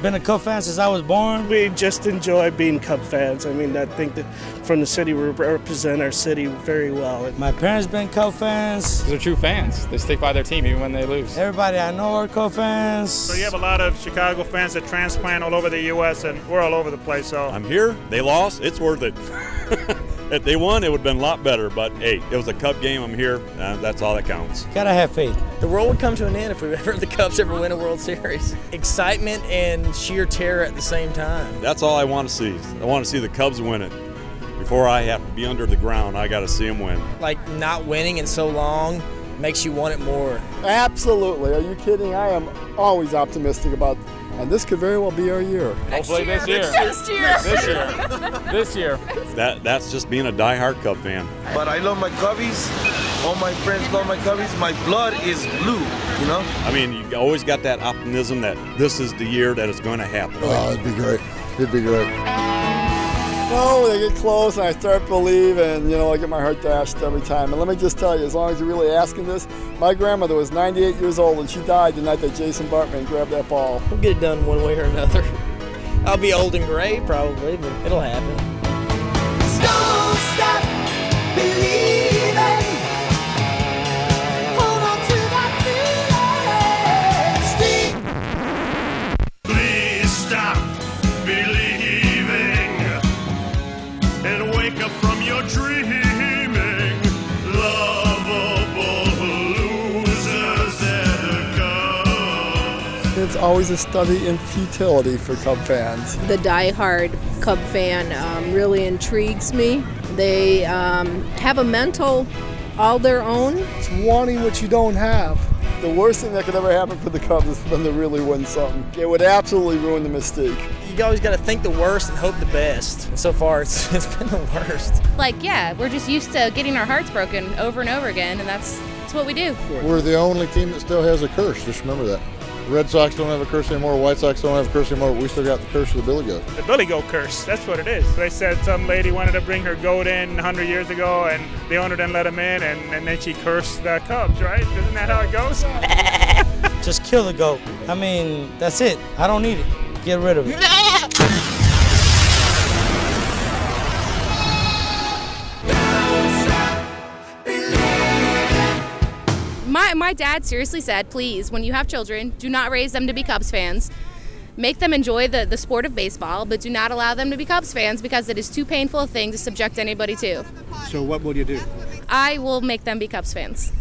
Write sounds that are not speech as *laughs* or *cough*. Been a Cub fan since I was born. We just enjoy being Cub fans. I mean, I think that from the city, we represent our city very well. My parents been Cub fans. They're true fans. They stick by their team even when they lose. Everybody I know are Cub fans. So you have a lot of Chicago fans that transplant all over the U.S. and we're all over the place. So I'm here. They lost. It's worth it. *laughs* if they won, it would have been a lot better. But hey, it was a Cub game. I'm here. Uh, that's all that counts. Gotta have faith. The world would come to an end if we *laughs* ever the Cubs ever win a World Series. Excitement and sheer terror at the same time. That's all I want to see. I want to see the Cubs win it. Before I have to be under the ground, I got to see them win. Like not winning in so long makes you want it more. Absolutely. Are you kidding? I am always optimistic about and this could very well be our year. Next Hopefully year, this year. Next year. This year. this year. That that's just being a die-hard Cub fan. But I love my Cubbies. All my friends love my Cubbies. My blood is blue. You know. I mean, you always got that optimism that this is the year that it's going to happen. Oh, it'd be great. It'd be great. No, they get close, and I start believing. You know, I get my heart dashed every time. And let me just tell you, as long as you're really asking this, my grandmother was 98 years old, and she died the night that Jason Bartman grabbed that ball. We'll get it done one way or another. I'll be old and gray probably, but it'll happen. Don't stop believing. It's always a study in futility for Cub fans. The die-hard Cub fan um, really intrigues me. They um, have a mental all their own. It's wanting what you don't have. The worst thing that could ever happen for the Cubs is when they really win something. It would absolutely ruin the mystique. You always got to think the worst and hope the best. And so far, *laughs* it's, it's been the worst. Like, yeah, we're just used to getting our hearts broken over and over again, and that's, that's what we do. We're the only team that still has a curse. Just remember that. Red Sox don't have a curse anymore. White Sox don't have a curse anymore. We still got the curse of the Billy Goat. The Billy Goat curse. That's what it is. They said some lady wanted to bring her goat in 100 years ago, and the owner didn't let him in, and, and then she cursed the Cubs, right? Isn't that how it goes? Just kill the goat. I mean, that's it. I don't need it. Get rid of it. My, my dad seriously said, please, when you have children, do not raise them to be Cubs fans. Make them enjoy the, the sport of baseball, but do not allow them to be Cubs fans because it is too painful a thing to subject anybody to. So, what will you do? I will make them be Cubs fans.